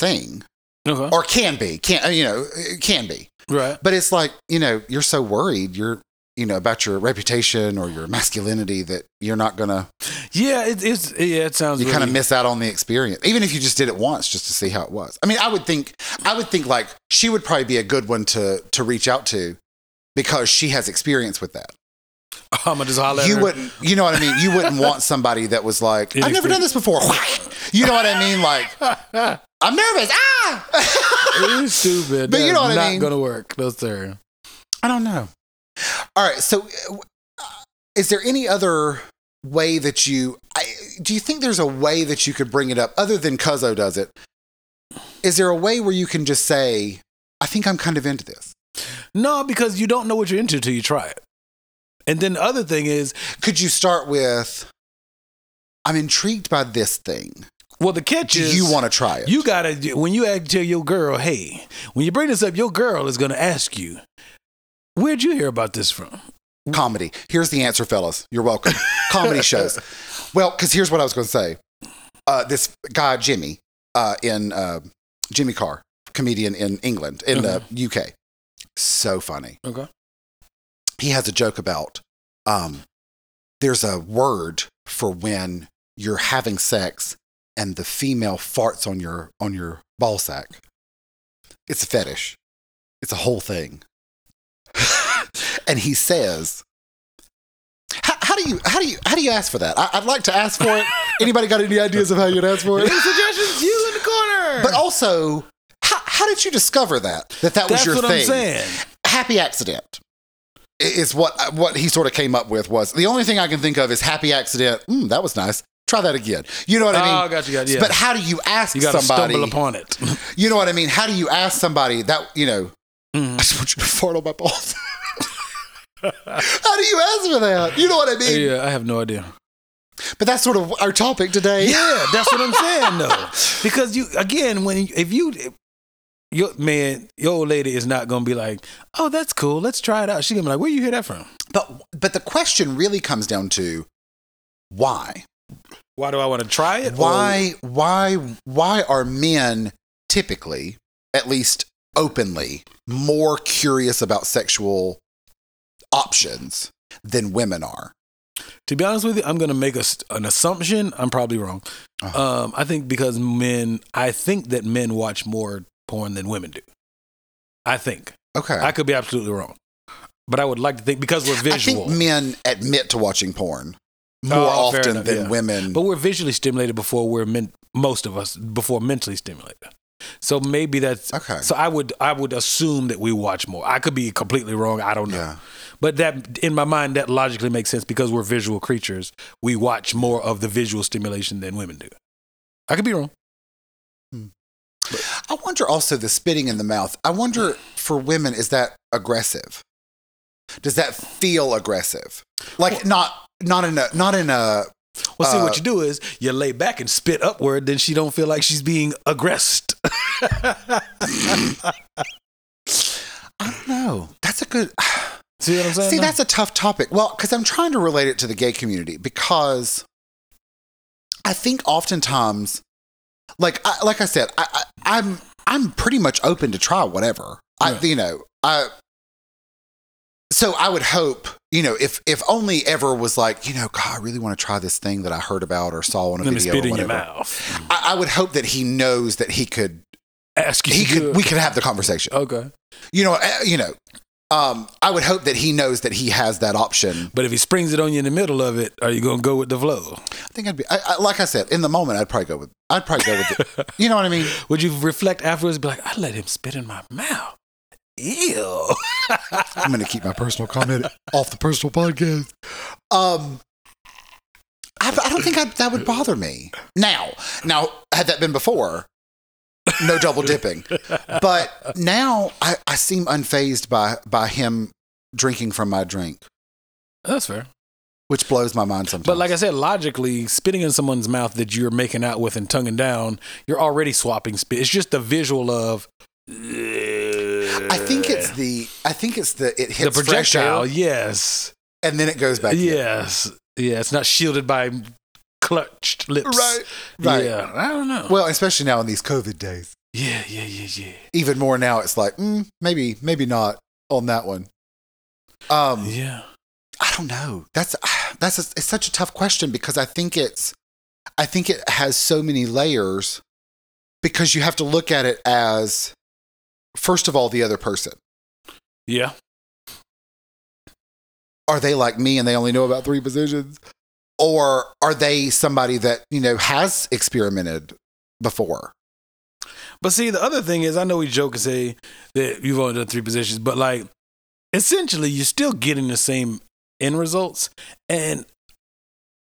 thing
Okay.
or can be can you know it can be
Right.
But it's like, you know, you're so worried you're, you know, about your reputation or your masculinity that you're not going to,
Yeah, it, it's yeah, it sounds
you
really,
kind of miss out on the experience. Even if you just did it once just to see how it was. I mean, I would think, I would think like she would probably be a good one to, to reach out to because she has experience with that.
I'm gonna just holler.
You
at her.
wouldn't, you know what I mean? You wouldn't want somebody that was like, I've never done this before. You know what I mean? Like, I'm nervous. Ah!
You're stupid.
But you
That's
know what I
not
mean.
gonna work. No sir.
I don't know. All right. So, uh, is there any other way that you I, do you think there's a way that you could bring it up other than Cuzzo does it? Is there a way where you can just say, I think I'm kind of into this?
No, because you don't know what you're into till you try it. And then the other thing is,
Could you start with, I'm intrigued by this thing.
well, the catch
Do
is
you want to try it?
you gotta when you act tell your girl, hey, when you bring this up, your girl is gonna ask you, where'd you hear about this from?
Comedy. Here's the answer, fellas. You're welcome. Comedy shows. Well, because here's what I was going to say. Uh, this guy, Jimmy, uh, in uh, Jimmy Carr, comedian in England, in the UK. So funny.
Okay.
He has a joke about um, there's a word for when you're having sex and the female farts on your on your ball sack. It's a fetish. It's a whole thing. and he says, how, how do you how do you how do you ask for that? I, I'd like to ask for it. Anybody got any ideas of how you'd ask for it?
suggestions? You in the corner.
But also, how, how did you discover that that that was
that's
your
what
thing?
I'm saying.
Happy accident i- is what uh, what he sort of came up with was the only thing I can think of is happy accident. Mm, that was nice. Try that again. You know what I
oh,
mean?
got you, got you. Yeah.
But how do you ask
you gotta
somebody?
stumble upon it.
You know what I mean? How do you ask somebody that you know?
Mhm.
I just want you to fart on my balls. how do you ask for that? You know what I mean?
yeah, I have no idea.
But that's sort of our topic today.
Yeah, that's what I'm saying though. Because you again, when if you your man, your old lady is not gonna be like, oh, that's cool, let's try it out. She gonna be like, where you hear that from?
But but the question really comes down to why?
Why do I want to try it?
Why why why are men typically, at least openly, more curious about sexual options than women are?
To be honest with you, I'm gonna make a, st- an assumption. I'm probably wrong.
Uh-huh.
Um, I think because men, I think that men watch more porn than women do. I think
Okay.
I could be absolutely wrong, but I would like to think because we're
I
visual.
think men admit to watching porn. more
Oh, fair
often
enough,
than
yeah.
women.
But we're visually stimulated before we're men- most of us before mentally stimulated. So maybe that's
Okay.
So I would I would assume that we watch more. I could be completely wrong. I don't know.
Yeah.
But that in my mind that logically makes sense because we're visual creatures. We watch more of the visual stimulation than women do. I could be wrong.
I wonder also the spitting in the mouth. I wonder for women, is that aggressive? Does that feel aggressive? Like not not in a not in a
Well, see
Uh,
what you do is you lay back and spit upward. Then she don't feel like she's being aggressed.
I don't know. That's a good
see what I'm saying?
See,
now?
that's a tough topic. Well, because I'm trying to relate it to the gay community because I think oftentimes, like I, like I said, I, I, I'm I'm pretty much open to try whatever. I
Yeah.
you know I. So I would hope you know if if only ever was like you know God I really want to try this thing that I heard about or saw on a
let me
video
spit
or
in your
whatever.
mouth.
I, I would hope that he knows that he could
Ask you.
he
to do
could
it.
we could have the conversation.
okay.
You know uh, you know. Um, I would hope that he knows that he has that option
But if he springs it on you in the middle of it, are you gonna go with the flow?
I think I'd be I, I, like I said in the moment. I'd probably go with. I'd probably go with. The, you know what I mean?
Would you reflect afterwards? and Be like, I let him spit in my mouth. Ew.
I'm going to keep my personal comment off the personal podcast. Um, I, I don't think I, that would bother me now. Now, had that been before, no double dipping. But now I, I seem unfazed by by him drinking from my drink,
That's fair.
which blows my mind sometimes.
But like I said, logically, spitting in someone's mouth that you're making out with and tonguing down, you're already swapping spit. It's just the visual of.
I think it's the I think it's the it
the
hits fresh
projectile.
air
Yes.
and then it goes back. in.
Yes. Yeah. It's not shielded by clutched lips.
Right. Right.
Yeah. I don't know.
Well, especially now in these COVID days.
yeah. Yeah. Yeah. Yeah.
even more now it's like mm, maybe maybe not on that one um
Yeah.
i don't know that's that's a, it's such a tough question because i think it's i think it has so many layers because you have to look at it as first of all the other person
Yeah.
are they like me and they only know about three positions or are they somebody that you know has experimented before
But see, the other thing is, I know we joke and say that you've only done three positions, but like, essentially, you're still getting the same end results. And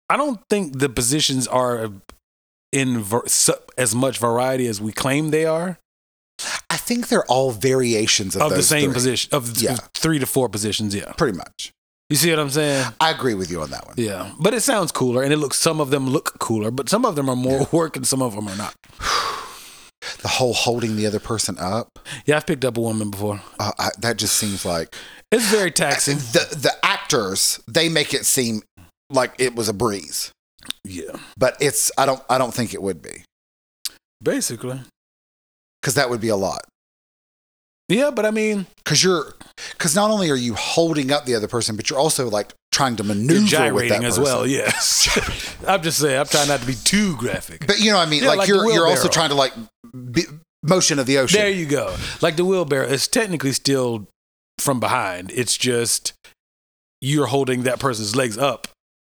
I don't think the positions are in ver- su- as much variety as we claim they are
i think they're all variations of,
of the
those
same
three,
position, of
Yeah.
three to four positions. Yeah.
pretty much
You see what I'm saying?
i agree with you on that one
Yeah. But it sounds cooler and it looks, some of them look cooler, but some of them are more work and some of them are not.
the whole holding the other person up
Yeah, I've picked up a woman before.
uh, I, that just seems like
It's very taxing.
the the actors they make it seem like it was a breeze
Yeah.
but it's i don't i don't think it would be
Basically.
because that would be a lot
Yeah, but I mean,
because you're because not only are you holding up the other person but you're also like trying to maneuver
You're
with that
gyrating as
person.
well. Yes, I'm just saying. I'm trying not to be too graphic.
but you know what i mean
Yeah,
like,
like the
you're you're also
wheelbarrow.
trying to like be, motion of the ocean
There you go. Like the wheelbarrow is technically still from behind. It's just you're holding that person's legs up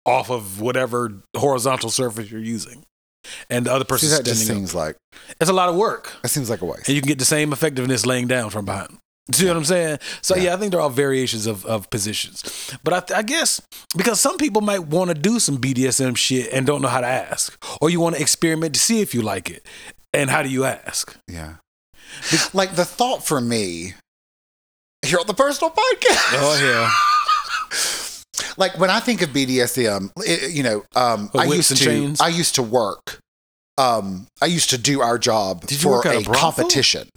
off of whatever horizontal surface you're using, and the other
See,
person's
that
standing
just
up.
seems like
It's a lot of work,
that seems like a waste
and you can get the same effectiveness laying down from behind. See what I'm saying? So
Yeah.
yeah, I think they're all variations of, of positions. But I, th- I guess because some people might want to do some BDSM shit and don't know how to ask, or you want to experiment to see if you like it, and how do you ask?
yeah like the thought for me here on the personal podcast
Oh
like when I think of BDSM, it, you know, um,
Or
I
whips
used
and
to
chains?
I used to work. Um, I used to do our job
Did you
for
work at a
a,
brothel?
competition.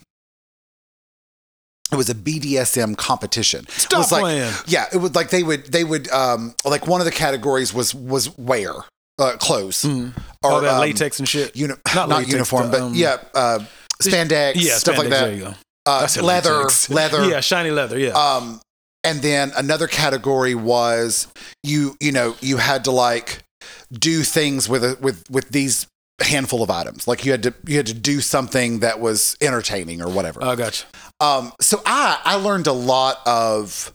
It was a BDSM competition.
Stop
it was like,
playing.
Yeah, it was like they would they would um, like one of the categories was was wear uh, clothes
yeah, mm. all that
um,
latex and shit.
uni-
not
not,
latex,
uniform, but
um,
yeah, uh, spandex,
yeah,
stuff
spandex,
like
There
that.
you go. I
Uh,
said
leather,
latex.
leather,
Yeah, shiny leather. Yeah,
um, and then another category was you you know you had to like do things with a, with with these handful of items like you had to you had to do something that was entertaining or whatever
I gotcha.
um so i i learned a lot of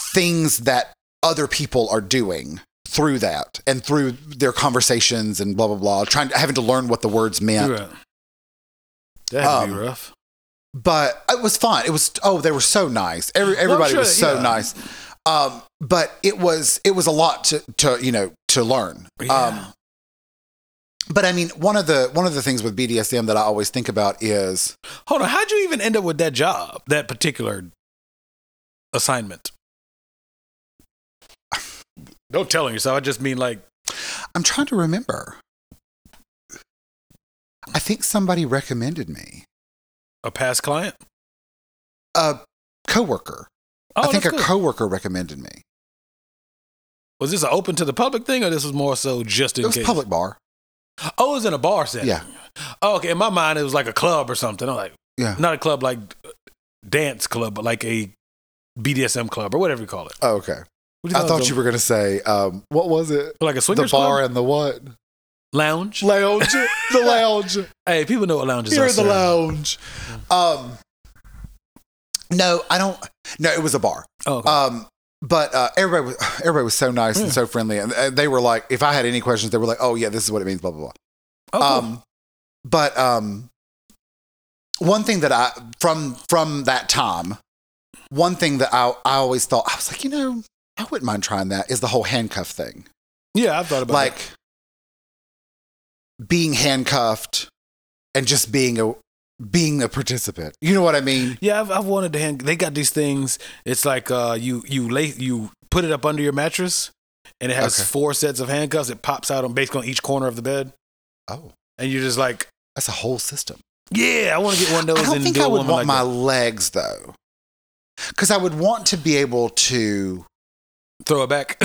things that other people are doing through that and through their conversations and blah blah blah, trying to, having to learn what the words meant.
Right. That had to be
Um,
rough.
But it was fun. It was oh, they were so nice. Every, everybody
sure,
was so
yeah.
nice. Um, but it was it was a lot to to you know to learn.
Yeah.
Um, but I mean, one of the one of the things with BDSM that I always think about is
Hold on, how'd you even end up with that job, that particular assignment? Don't tell on yourself. I just mean like
I'm trying to remember. I think somebody recommended me
a past client.
a coworker.
Oh,
I think a
that's good.
coworker recommended me.
was this an open to the public thing, or this was more so just in
It was
case?
public bar.
Oh, it was in a bar setting.
Yeah.
Oh, okay. In my mind, it was like a club or something. I'm like,
Yeah.
not a club like uh, dance club, but like a BDSM club or whatever you call it.
Oh, okay.
What do
I thought
it's
you
a-
were going to say, um, what was it?
like a
The
swingers
bar
club?
and the what?
lounge.
Lounge. the lounge.
hey, people know what lounges
Here
are.
in the
sir.
lounge. Um, no, I don't. No, it was a bar.
Oh, Hmm. okay.
Um, but uh, everybody was everybody was so nice and so friendly, and uh, they were like, if I had any questions, they were like, oh yeah, this is what it means, blah blah blah.
Oh, cool.
Um, but um, one thing that I from from that time, one thing that I I always thought I was like, you know, I wouldn't mind trying that is the whole handcuff thing,
yeah, I've thought about
like
it.
being handcuffed and just being a being a participant. You know what I mean?
Yeah, I've, I've wanted to hang. They got these things. It's like uh, you you lay you put it up under your mattress, and it has
Okay.
four sets of handcuffs. It pops out on basically on each corner of the bed,
Oh,
and you're just like,
that's a whole system.
yeah, I want to get one of
I
those.
don't
and
think
do
I
a
would
woman
want
like
my
that.
legs though, because I would want to be able to.
throw it back.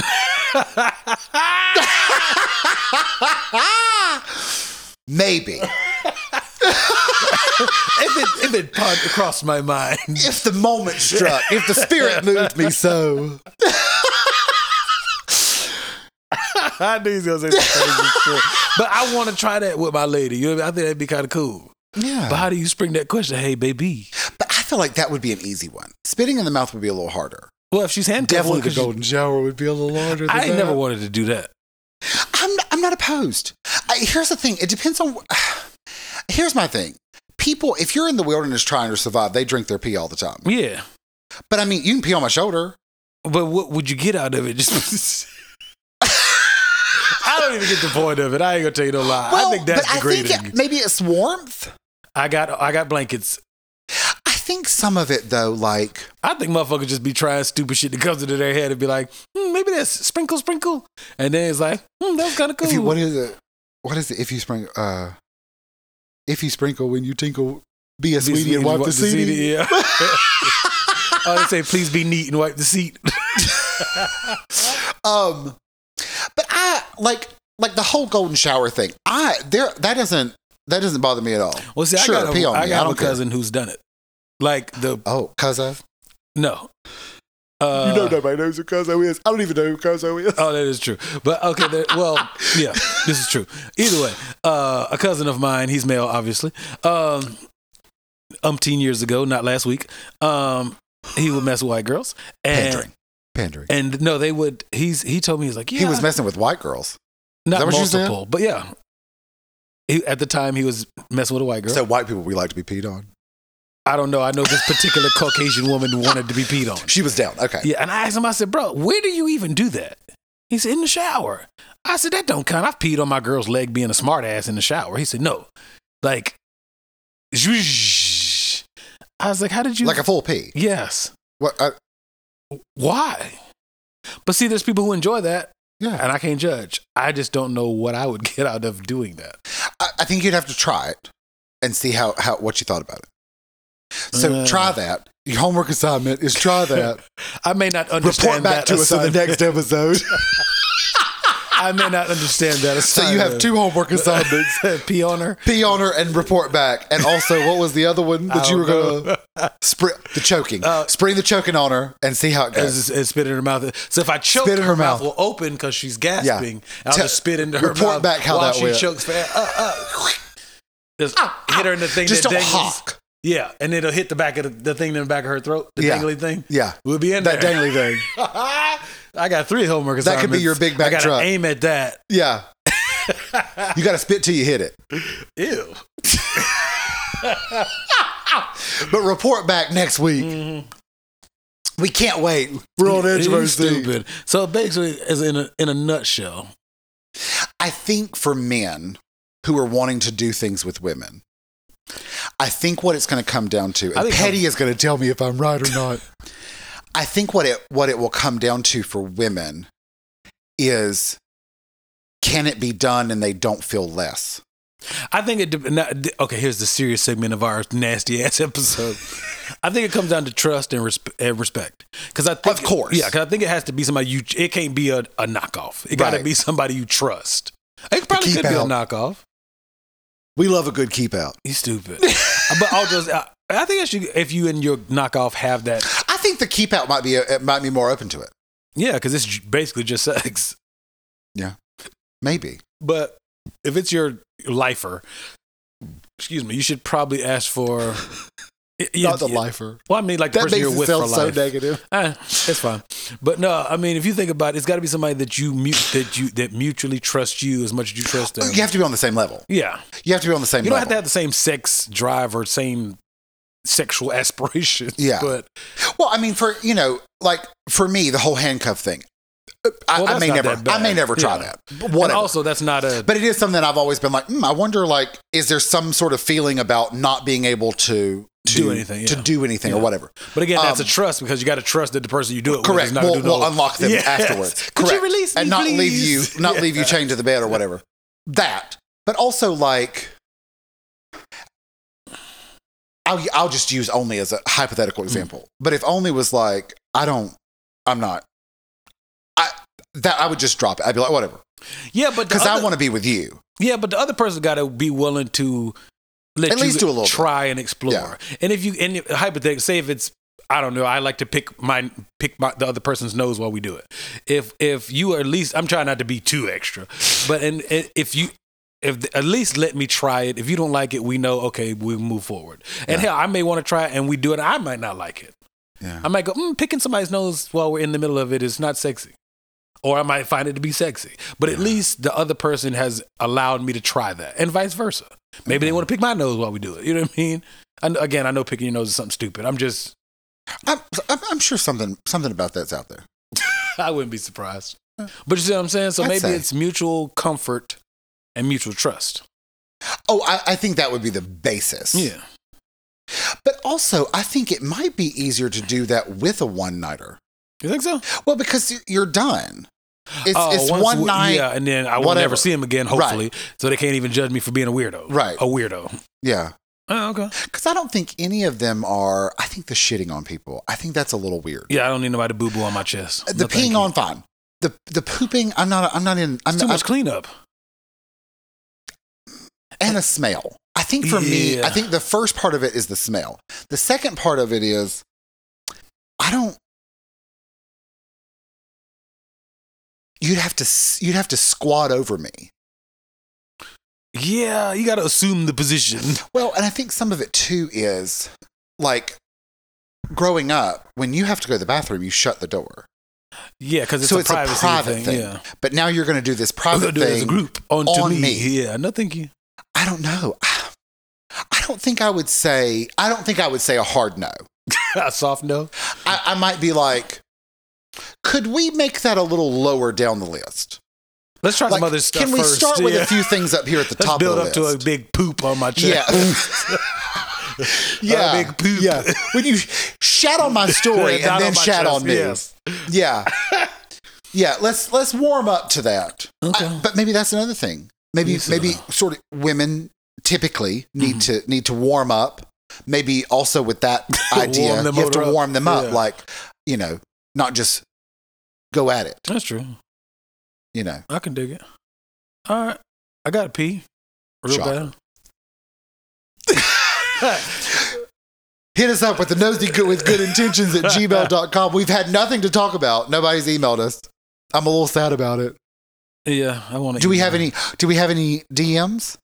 Maybe
if it if it popped across my mind,
if the moment struck, if the spirit moved me so.
I knew he was gonna say some crazy shit. But I want to try that with my lady. You know, what I mean? I think that'd be kind of cool.
Yeah,
But how do you spring that question? Hey, baby.
but I feel like that would be an easy one. Spitting in the mouth would be a little harder.
Well, if she's handcuffed, well, 'cause you-
shower would be a little harder.
I ain't never wanted to do that.
I'm I'm not opposed. I, here's the thing. It depends on. Here's my thing. People, if you're in the wilderness trying to survive, they drink their pee all the time.
Yeah.
But I mean, you can pee on my shoulder.
But what would you get out of it? Just I don't even get the point of it. I ain't gonna tell you no lie. I think that's degrading.
it- maybe it's warmth.
I got I got blankets.
I think some of it though, like
I think motherfuckers just be trying stupid shit that comes into their head and be like, hmm, maybe that's sprinkle, sprinkle, and then it's like, hmm, that was kind of cool.
if you what is it? What is it? If you sprinkle, uh, if you sprinkle when you tinkle, be a
Be
sweetie and wipe the
seat,
seat.
Yeah. oh, they say please be neat and wipe the seat.
Um, but I like like the whole golden shower thing. I there that doesn't that doesn't bother me at all.
Well, see,
Sure,
I got
pee
a,
on
I
me.
got
I
a
don't care.
cousin who's done it. Like the
Oh, cuzzo.
no. Uh,
nobody knows who Cuzzo is. I don't even know who Cuzzo is.
Oh, that is true. But okay, there, well, yeah, this is true. Either way, uh, a cousin of mine, he's male, obviously. Um, umpteen years ago, not last week. Um, he would mess with white girls and
Pandering. Pandering.
and no, they would. He's he told me he's like yeah,
He was messing with white girls.
not
that what you said?
multiple, but yeah. He, at the time, he was messing with a white girl.
So white people, we like to be peed on.
I don't know. I know this particular Caucasian woman wanted to be peed on.
She was down. Okay.
Yeah, and I asked him, I said, bro, where do you even do that? He said, in the shower. I said, that don't count. I've peed on my girl's leg being a smart ass in the shower. He said, no. Like, zhoosh. I was like, how did you?
Like a full pee.
yes.
What? uh, I,
Why? But see, there's people who enjoy that,
yeah.
and I can't judge. I just don't know what I would get out of doing that.
I, I think you'd have to try it and see how, how what you thought about it. So
Uh.
try that. Your homework assignment is try that.
I may not
Report
understand
back
that.
to us in the
assignment.
next episode.
I may not understand that.
so you have two homework assignments.
assignments. Pee on her.
Pee on her and report back. And also, what was the other one
I
that you were
don't
going
know.
to spring? The choking.
Uh,
spring the choking on her and see how it goes.
and, and spit in her mouth. So if I choke,
Spit in
her
her
mouth
mouth.
will open because she's gasping. and I'll
Te-
just spit into her
report
mouth
back how
while
that
she
went. Ah,
chokes. Fast. Uh, uh, just hit her in the thing.
Just
that
don't
dangles.
hawk.
Yeah, and it'll hit the back of the, the thing in the back of her throat, the
Yeah.
dangly thing.
Yeah.
We'll be in
That
there.
dangly thing.
I got three homework assignments.
That could be your big
I
back
gotta
truck.
aim at that.
Yeah. you got to spit till you hit it.
Ew.
But report back next week.
Mm. Mm-hmm.
We can't wait. We're on edge of our
It's
seat.
stupid. So basically, as in a, in a nutshell,
I think for men who are wanting to do things with women, I think what it's going to come down to,
I
and
think-
Petty is going to tell me if I'm right or not. I think what it what it will come down to for women is can it be done and they don't feel less.
I think it. de- Not, okay, here's the serious segment of our nasty ass episode. I think it comes down to trust and, resp- and respect. Because I think,
Of course.
yeah. Because I think it has to be somebody you. It can't be a, a knockoff. It got to
Right.
be somebody you trust. It probably
keep
could be a
out.
knockoff.
We love a good keep out.
He's stupid. but I'll just. I, I think I should, if you and your knockoff have that,
I think the keep out might be it might be more open to it.
yeah, because it's j- basically just sex.
Maybe.
But if it's your lifer, excuse me, you should probably ask for. Yeah, yeah.
lifer.
Well, I mean, like the
That
person
makes
you're
it
with for
sound so
life.
negative.
Eh, it's fine. But no, I mean, if you think about it, it's got to be somebody that you mu- that you that mutually trusts you as much as you trust them.
You have to be on the same level.
yeah.
You have to be on the same
You don't have
level.
to have the same sex drive or same sexual aspirations.
Yeah.
But
Well, I mean, for you know, like for me, the whole handcuff thing. I,
Well,
I
that's
may
not
never,
that
I
bad.
may never try
Yeah.
that. But Whatever.
and also that's not a.
but it is something I've always been like. Hmm, I wonder, like, is there some sort of feeling about not being able to, to
Do anything,
to
yeah.
do anything or
Yeah.
whatever?
But again, that's
Um,
a trust because you got to trust that the person you do it with
Correct.
is not
We'll,
going to do
we'll um,
no-
unlock them
Yes.
afterwards.
Could
Correct.
you release me,
and not leave you,
please?
not
Yeah.
leave you chained to the bed or whatever. That, but also like. I'll, I'll just use only as a
Mm.
hypothetical example. But if only was like, I don't, I'm not, I that I would just drop it. I'd be like, whatever,
Yeah, but the
because I
other-
want to be with you.
Yeah, but the other person got to be willing to let
At
you
least do a little bit.
try and explore. And if you and if- hypothetically say if it's I don't know, I like to pick my pick my, the other person's nose while we do it. If if you are at least I'm trying not to be too extra, but and, and if you if at least let me try it. If you don't like it, we know okay, we move forward. And hell, I may want to try it and we do it. I might not like it.
Yeah.
I might go mm, picking somebody's nose while we're in the middle of it is not sexy. Or I might find it to be sexy, but at least the other person has allowed me to try that, and vice versa. Maybe they want to pick my nose while we do it. You know what I mean? And again, I know picking your nose is something stupid. I'm just,
I'm, I'm, I'm sure something something about that's out there.
I wouldn't be surprised. But you see what I'm saying? So
I'd
maybe
say.
it's mutual comfort and mutual trust.
Oh, I, I think that would be the basis.
Yeah,
But also, I think it might be easier to do that with a one nighter.
you think so?
Well, because you- you're done. It's,
Oh,
it's
once
one
we-
night.
yeah, and then I will
whatever.
never see him again. Hopefully, so they can't even judge me for being a weirdo.
Right.
a weirdo.
Yeah.
Oh, okay.
Because I don't think any of them are, I think the shitting on people, I think that's a little weird.
Yeah, I don't need nobody boo boo on my chest.
The
No, thank
peeing
you.
on, fine. The, the pooping, I'm not, I'm not in, I'm,
It's too
not,
much cleanup.
and a smell. I think for me,
Yeah.
I think the first part of it is the smell. The second part of it is, I don't, you'd have to, s- you'd have to squat over me.
Yeah, you got to assume the position.
Well, and I think some of it too is like growing up, when you have to go to the bathroom, you shut the door.
Yeah, because it's,
so
a,
it's
privacy
a private
thing. Yeah,
But now you're going to do this
I'm
private
gonna do it
thing.
as a group onto
on
me.
me.
Yeah, no, thank you.
I don't know. I don't think I would say, I don't think I would say a hard no.
A soft no.
I, I might be like, could we make that a little lower down the list?
Let's try
Like,
some other stuff
can we
first.
start with
Yeah.
a few things up here at the
Let's
top
build
of
up
the
to a
list?
big poop on my
yeah.
chest.
yeah.
a big poop.
Yeah. When you shat on my story
Not
and then
my
shat
chest,
on me.
yes.
Yeah. yeah, let's let's warm up to that.
Okay.
I- but maybe that's another thing. Maybe
Yes, uh-huh. Mm-hmm.
maybe sort of women typically need to need to warm up. Maybe also with that idea,
Warm the
you have to
motor up.
warm them up,
Yeah.
like you know, not just go at it.
That's true.
You know,
I can dig it. All right, I got to pee real
Shocker.
bad.
hit us up with the nosy good with good intentions at gmail.com. We've had nothing to talk about. Nobody's emailed us. I'm a little sad about it.
yeah, I want to.
Do we have any? Do we have any DMs?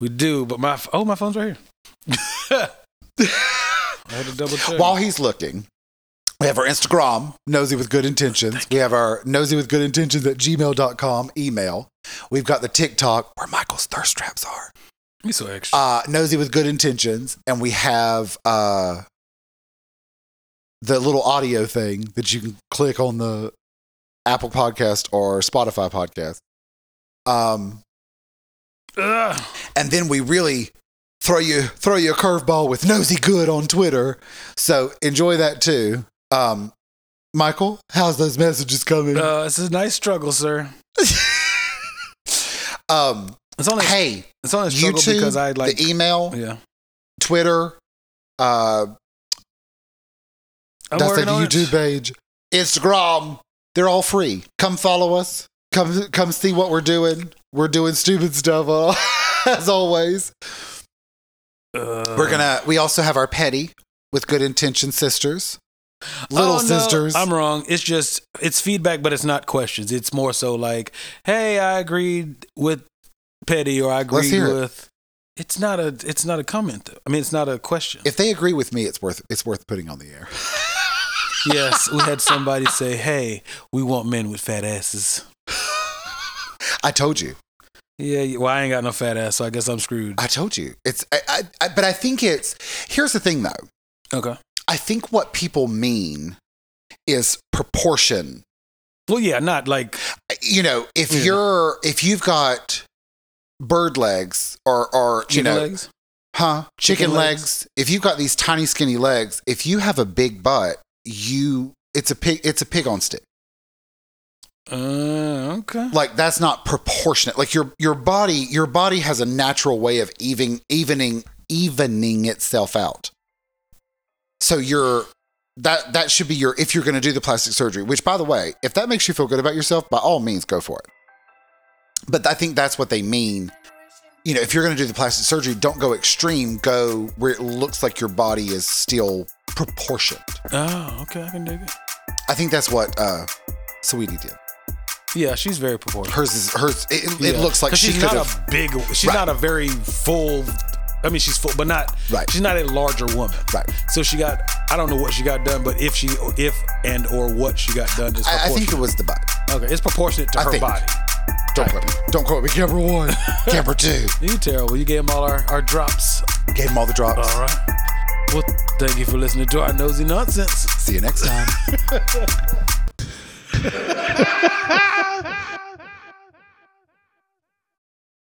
We do, but my oh, my phone's right here. I had to double check.
While he's looking, We have our Instagram, nosy with good intentions. We have our nosy with good intentions at gmail.com email. We've got the TikTok where Michael's thirst traps are.
Me so extra.
Uh, nosy with good intentions. And we have uh, the little audio thing that you can click on the Apple podcast or Spotify podcast. Um, Uh,
Ugh.
and then we really throw you throw you a curveball with nosy good on Twitter. So enjoy that too. Um, Michael, how's those messages coming?
Uh, this is a nice struggle, sir.
um,
It's only
hey,
it's only a struggle
YouTube,
because I like
the E email,
yeah.
Twitter, uh,
I'm
that's the
working on it.
YouTube page, Instagram. They're all free. Come follow us. Come come see what we're doing. We're doing stupid stuff uh, as always.
Uh,
We're gonna. We also have our petty with good intention sisters, little
Oh, no,
sisters.
I'm wrong. It's just it's feedback, but it's not questions. It's more so like, hey, I agreed with Petty, or I agreed
hear it.
with. It's not a it's not a comment. Though. I mean, it's not a question.
if they agree with me, it's worth it's worth putting on the air.
yes, we had somebody say, hey, we want men with fat asses.
I told you.
Yeah, yeah, well, I ain't got no fat ass, so I guess I'm screwed.
I told you. It's. I, I, I. But I think it's. Here's the thing, though.
Okay.
I think what people mean is proportion.
Well, yeah, not like
You know, if
Yeah.
you're if you've got bird legs or or you
chicken
know
legs.
huh chicken,
Chicken
legs.
legs.
if you've got these tiny skinny legs if you have a big butt you it's a pig it's a pig on stick
Uh, okay.
like that's not proportionate like your your body your body has a natural way of even evening evening itself out so you're that that should be your if you're going to do the plastic surgery which by the way if that makes you feel good about yourself by all means go for it but i think that's what they mean you know if you're going to do the plastic surgery don't go extreme go where it looks like your body is still proportioned
Oh, okay. I can dig it.
i think that's what uh sweetie did
Yeah, she's very proportionate.
hers is hers it, it
Yeah.
looks like
'Cause
she
she's
could
not
have
a big. She's
Right.
not a very full. I mean, she's full, but not.
Right.
She's not a larger woman.
Right.
So she got. I don't know what she got done, but if she, if and or what she got done is
I, I
proportionate.
think it was the butt.
okay, it's proportionate to
I
her
think.
body.
Don't quote me. Don't quote me. Camera one. Camera two.
You terrible. You gave them all our our drops.
Gave him all the drops.
All right. Well, thank you for listening to our nosy nonsense.
See you next time.